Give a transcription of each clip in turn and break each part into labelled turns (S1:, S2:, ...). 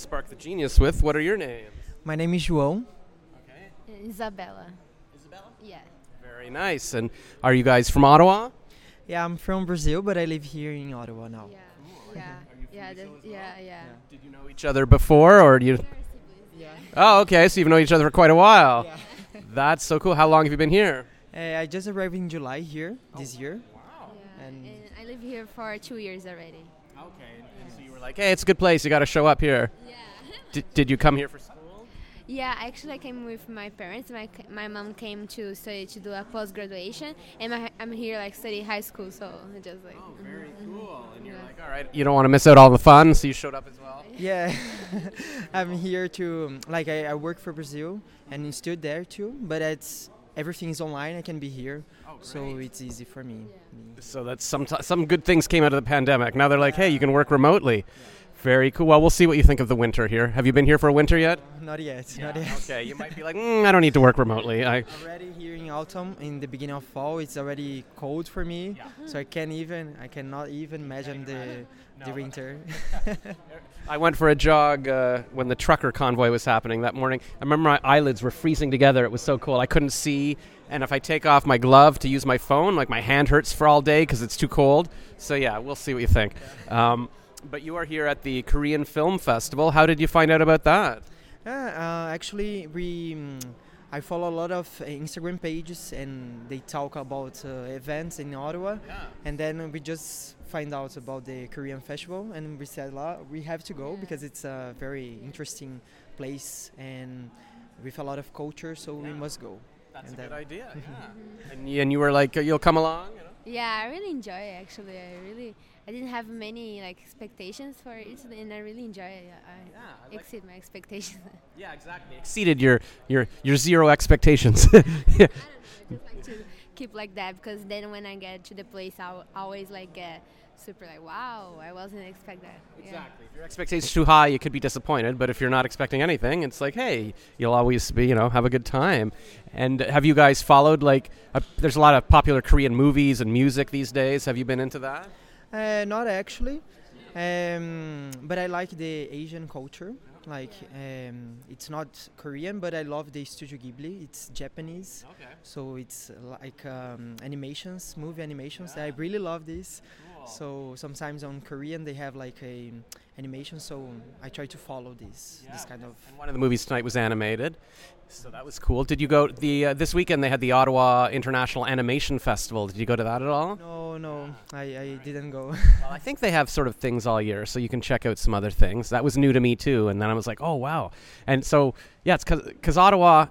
S1: Spark the Genius with. What are your names?
S2: My name is João.
S1: Okay.
S3: Isabella.
S1: Isabella.
S3: Yeah.
S1: Very nice. And are you guys from Ottawa?
S2: Yeah, I'm from Brazil, but I live here in Ottawa now.
S3: Yeah. Yeah.
S1: you from
S3: Yeah.
S1: Brazil
S3: that-
S1: as well?
S3: Yeah. Yeah.
S1: Did you know each other before, or do you? Oh, okay. So you've known each other for quite a while. That's so cool. How long have you been here?
S2: Uh, I just arrived in July here this year.
S1: Oh, Wow.
S3: Yeah,
S2: And-
S3: And, I live here for two years already.
S1: Okay. And so you were like, hey, it's a good place. You got to show up here.
S3: Yeah.
S1: D- did you come here for school?
S3: yeah. Actually, I came with my parents. My c- my mom came to study to do a post graduation, and my, I'm here like study high school. So I just like. mhm.
S1: Oh, very cool. And
S3: you're Yeah. like,
S1: all right, you don't want to miss out all the fun, so you showed up as well.
S2: Yeah, I'm here to um, like I, I work for Brazil and stood there too. But it's everything is online. I can be here,
S1: Oh,
S2: so it's easy for me.
S1: So that's some some good things came out of the pandemic. Now they're like, hey, you can work remotely. Very cool. Well, we'll see what you think of the winter here. Have you been here for a winter yet?
S2: Not yet. Not yet.
S1: Okay, you might be like, mm, I don't need to work remotely. I
S2: Already here in autumn, in the beginning of fall, it's already cold for me. So I can't even. I cannot even imagine the the
S1: No.
S2: winter.
S1: I went for a jog uh, when the trucker convoy was happening that morning. I remember my eyelids were freezing together. It was so cold. I couldn't see. And if I take off my glove to use my phone, like my hand hurts for all day because it's too cold. So yeah, we'll see what you think. Um, but you are here at the Korean Film Festival. How did you find out about that?
S2: Yeah, uh, actually, we mm, I follow a lot of uh, Instagram pages, and they talk about uh, events in Ottawa, and then we just find out about the Korean festival, and we said, "La, we have to go because it's a very interesting place and with a lot of culture, so we
S1: Yeah.
S2: must go."
S1: That's
S2: And a good then-
S1: idea. Yeah. and, you- and you were like, you'll come along. You know?
S3: Yeah, I really enjoy it. Actually, I really I didn't have many like expectations for it, and I really enjoy it. I,
S1: Yeah, I like-
S3: exceed my expectations.
S1: Yeah, exactly. Exceeded your your your zero expectations.
S3: I don't know, I just like to keep like that because then when I get to the place, I'll always like get super like, wow, I wasn't expect that. Yeah.
S1: Exactly. If your expectations too high, you could be disappointed. But if you're not expecting anything, it's like, hey, you'll always be, you know, have a good time. And have you guys followed like? Uh, there's a lot of popular Korean movies and music these days. Have you been into that?
S2: Uh, not actually, um, but I like the Asian culture. Like, um, it's not Korean, but I love the Studio Ghibli. It's Japanese.
S1: Okay.
S2: So it's uh, like um, animations, movie animations. I really love this. So sometimes on Korean they have like a um, animation. So I try to follow this. This kind of.
S1: And one of the movies tonight was animated, so that was cool. Did you go the uh, this weekend? They had the Ottawa International Animation Festival. Did you go to that at all?
S2: No, no, I, I didn't go.
S1: Well, I think they have sort of things all year, so you can check out some other things. That was new to me too, and then I was like, oh wow. And so yeah, it's because Ottawa,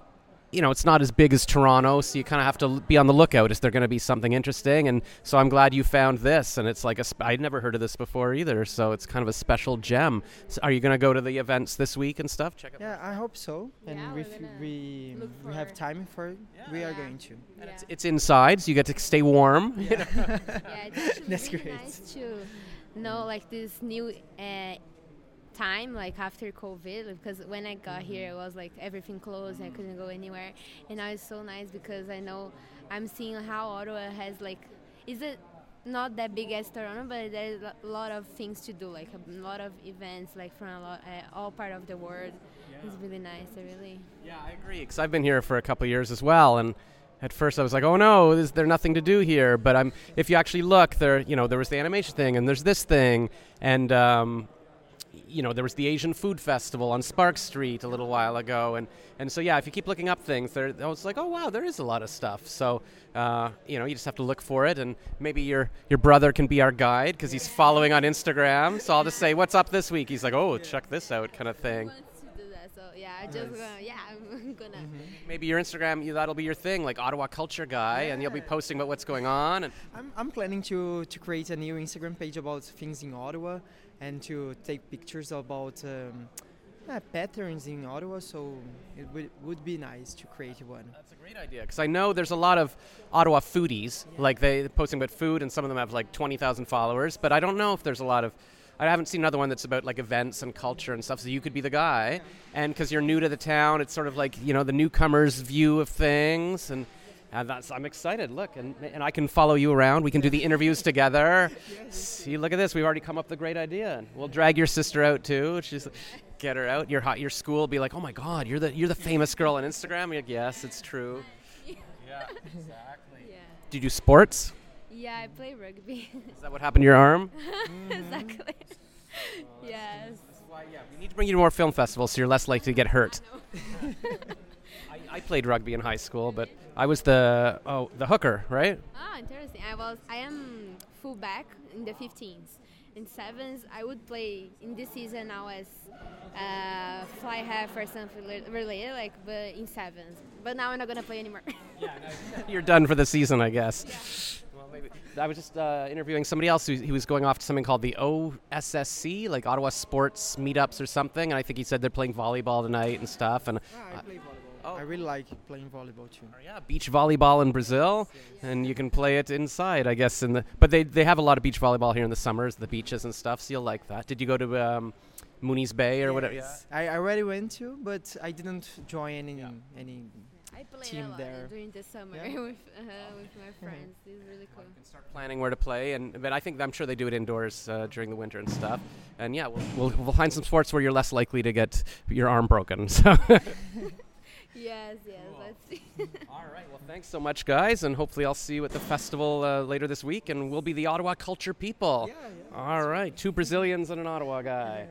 S1: you know, it's not as big as Toronto, so you kind of have to l- be on the lookout. Is there going to be something interesting? And so I'm glad you found this, and it's like a sp- I'd never heard of this before either, so it's kind of a special gem. So are you going to go to the events this week and stuff? Check out.
S2: yeah, I hope so. And
S3: Yeah,
S2: if
S3: we're gonna
S2: we
S3: look
S2: we have
S3: for-
S2: time for it, we are
S3: Yeah.
S2: going to.
S3: Yeah.
S1: It's, it's inside, so you get to stay warm.
S3: Yeah, it's actually
S2: That's
S3: really
S2: great.
S3: nice to know like this new uh, time like after COVID because when I got here it
S2: Mm-hmm.
S3: was like everything closed I couldn't go anywhere and now it's so nice because I know I'm seeing how Ottawa has like is it not that big as Toronto but there's a lot of things to do like a lot of events like from a lot uh, all part of the world it's really nice I really
S1: Yeah, I agree. Because I've been here for a couple of years as well, and at first I was like, "Oh no, is there nothing to do here?" But I'm, if you actually look, there, you know, there was the animation thing, and there's this thing, and um, you know, there was the Asian Food Festival on Spark Street a little while ago, and and so yeah, if you keep looking up things, there, I was like, "Oh wow, there is a lot of stuff." So uh, you know, you just have to look for it, and maybe your your brother can be our guide because he's following on Instagram. So I'll just say, "What's up this week?" He's like, "Oh, check this out," kind of
S3: I
S1: thing.
S3: want to do that so yeah I just
S2: Nice. Mm-hmm.
S3: gonna, yeah I'm gonna
S1: Maybe your Instagram, you- that'll be your thing, like Ottawa Culture Guy, and you'll be posting about what's going on. And
S2: I'm, I'm planning to, to create a new Instagram page about things in Ottawa and to take pictures about um, uh, patterns in Ottawa. So it would, would be nice to create one.
S1: that's a great idea because I know there's a lot of Ottawa foodies, like they posting about food, and some of them have like 20,000 followers. But I don't know if there's a lot of. I haven't seen another one that's about like events and culture and stuff. So you could be the guy, and because you're new to the town, it's sort of like you know the newcomer's view of things, and and that's I'm excited. Look, and and I can follow you around. We can do the interviews together. See, look at this. We've already come up with a great idea. We'll drag your sister out too. She's get her out. Your hot, your school be like, oh my God, you're the you're the famous girl on Instagram. You're like, yes, it's true. Yeah, exactly.
S3: yeah.
S1: Do you do sports?
S3: Yeah, I play rugby.
S1: Is that what happened to your arm?
S3: exactly. yes.
S1: yeah, we need to bring you to more film festivals so you're less likely to get hurt. I, I played rugby in high school, but I was the oh the hooker, right?
S3: Ah, interesting. I was I am fullback in the 15s. In sevens, I would play in this season now as uh, fly half or something li- related, like but in sevens. But now I'm not gonna play anymore.
S1: You're done for the season, I guess. Well, maybe. I was just uh, interviewing somebody else who he was going off to something called the OSSC, like Ottawa Sports Meetups or something. And I think he said they're playing volleyball tonight and stuff. And
S2: Ah, I play volleyball.
S1: Oh.
S2: I really like playing volleyball too.
S1: yeah, beach volleyball in Brazil, and you can play it inside, I guess. In the but they they have a lot of beach volleyball here in the summers, the beaches and stuff. So you'll like that. Did you go to um, Mooney's Bay or whatever?
S2: Yes. I I already went to, but I didn't join any any.
S3: I played
S2: Team
S3: a lot
S2: there.
S3: during the summer
S2: Yeah.
S3: with uh, with my friends. It was really cool.
S1: and start planning where to play. And but I think I'm sure they do it indoors uh, during the winter and stuff. And yeah, we'll, we'll we'll find some sports where you're less likely to get your arm broken. So.
S3: Yes, yes. Let's see.
S1: All right. Well, thanks so much, guys, and hopefully I'll see you at the festival uh, later this week, and we'll be the Ottawa culture people.
S2: Yeah, yeah.
S1: All right, two Brazilians and an Ottawa guy.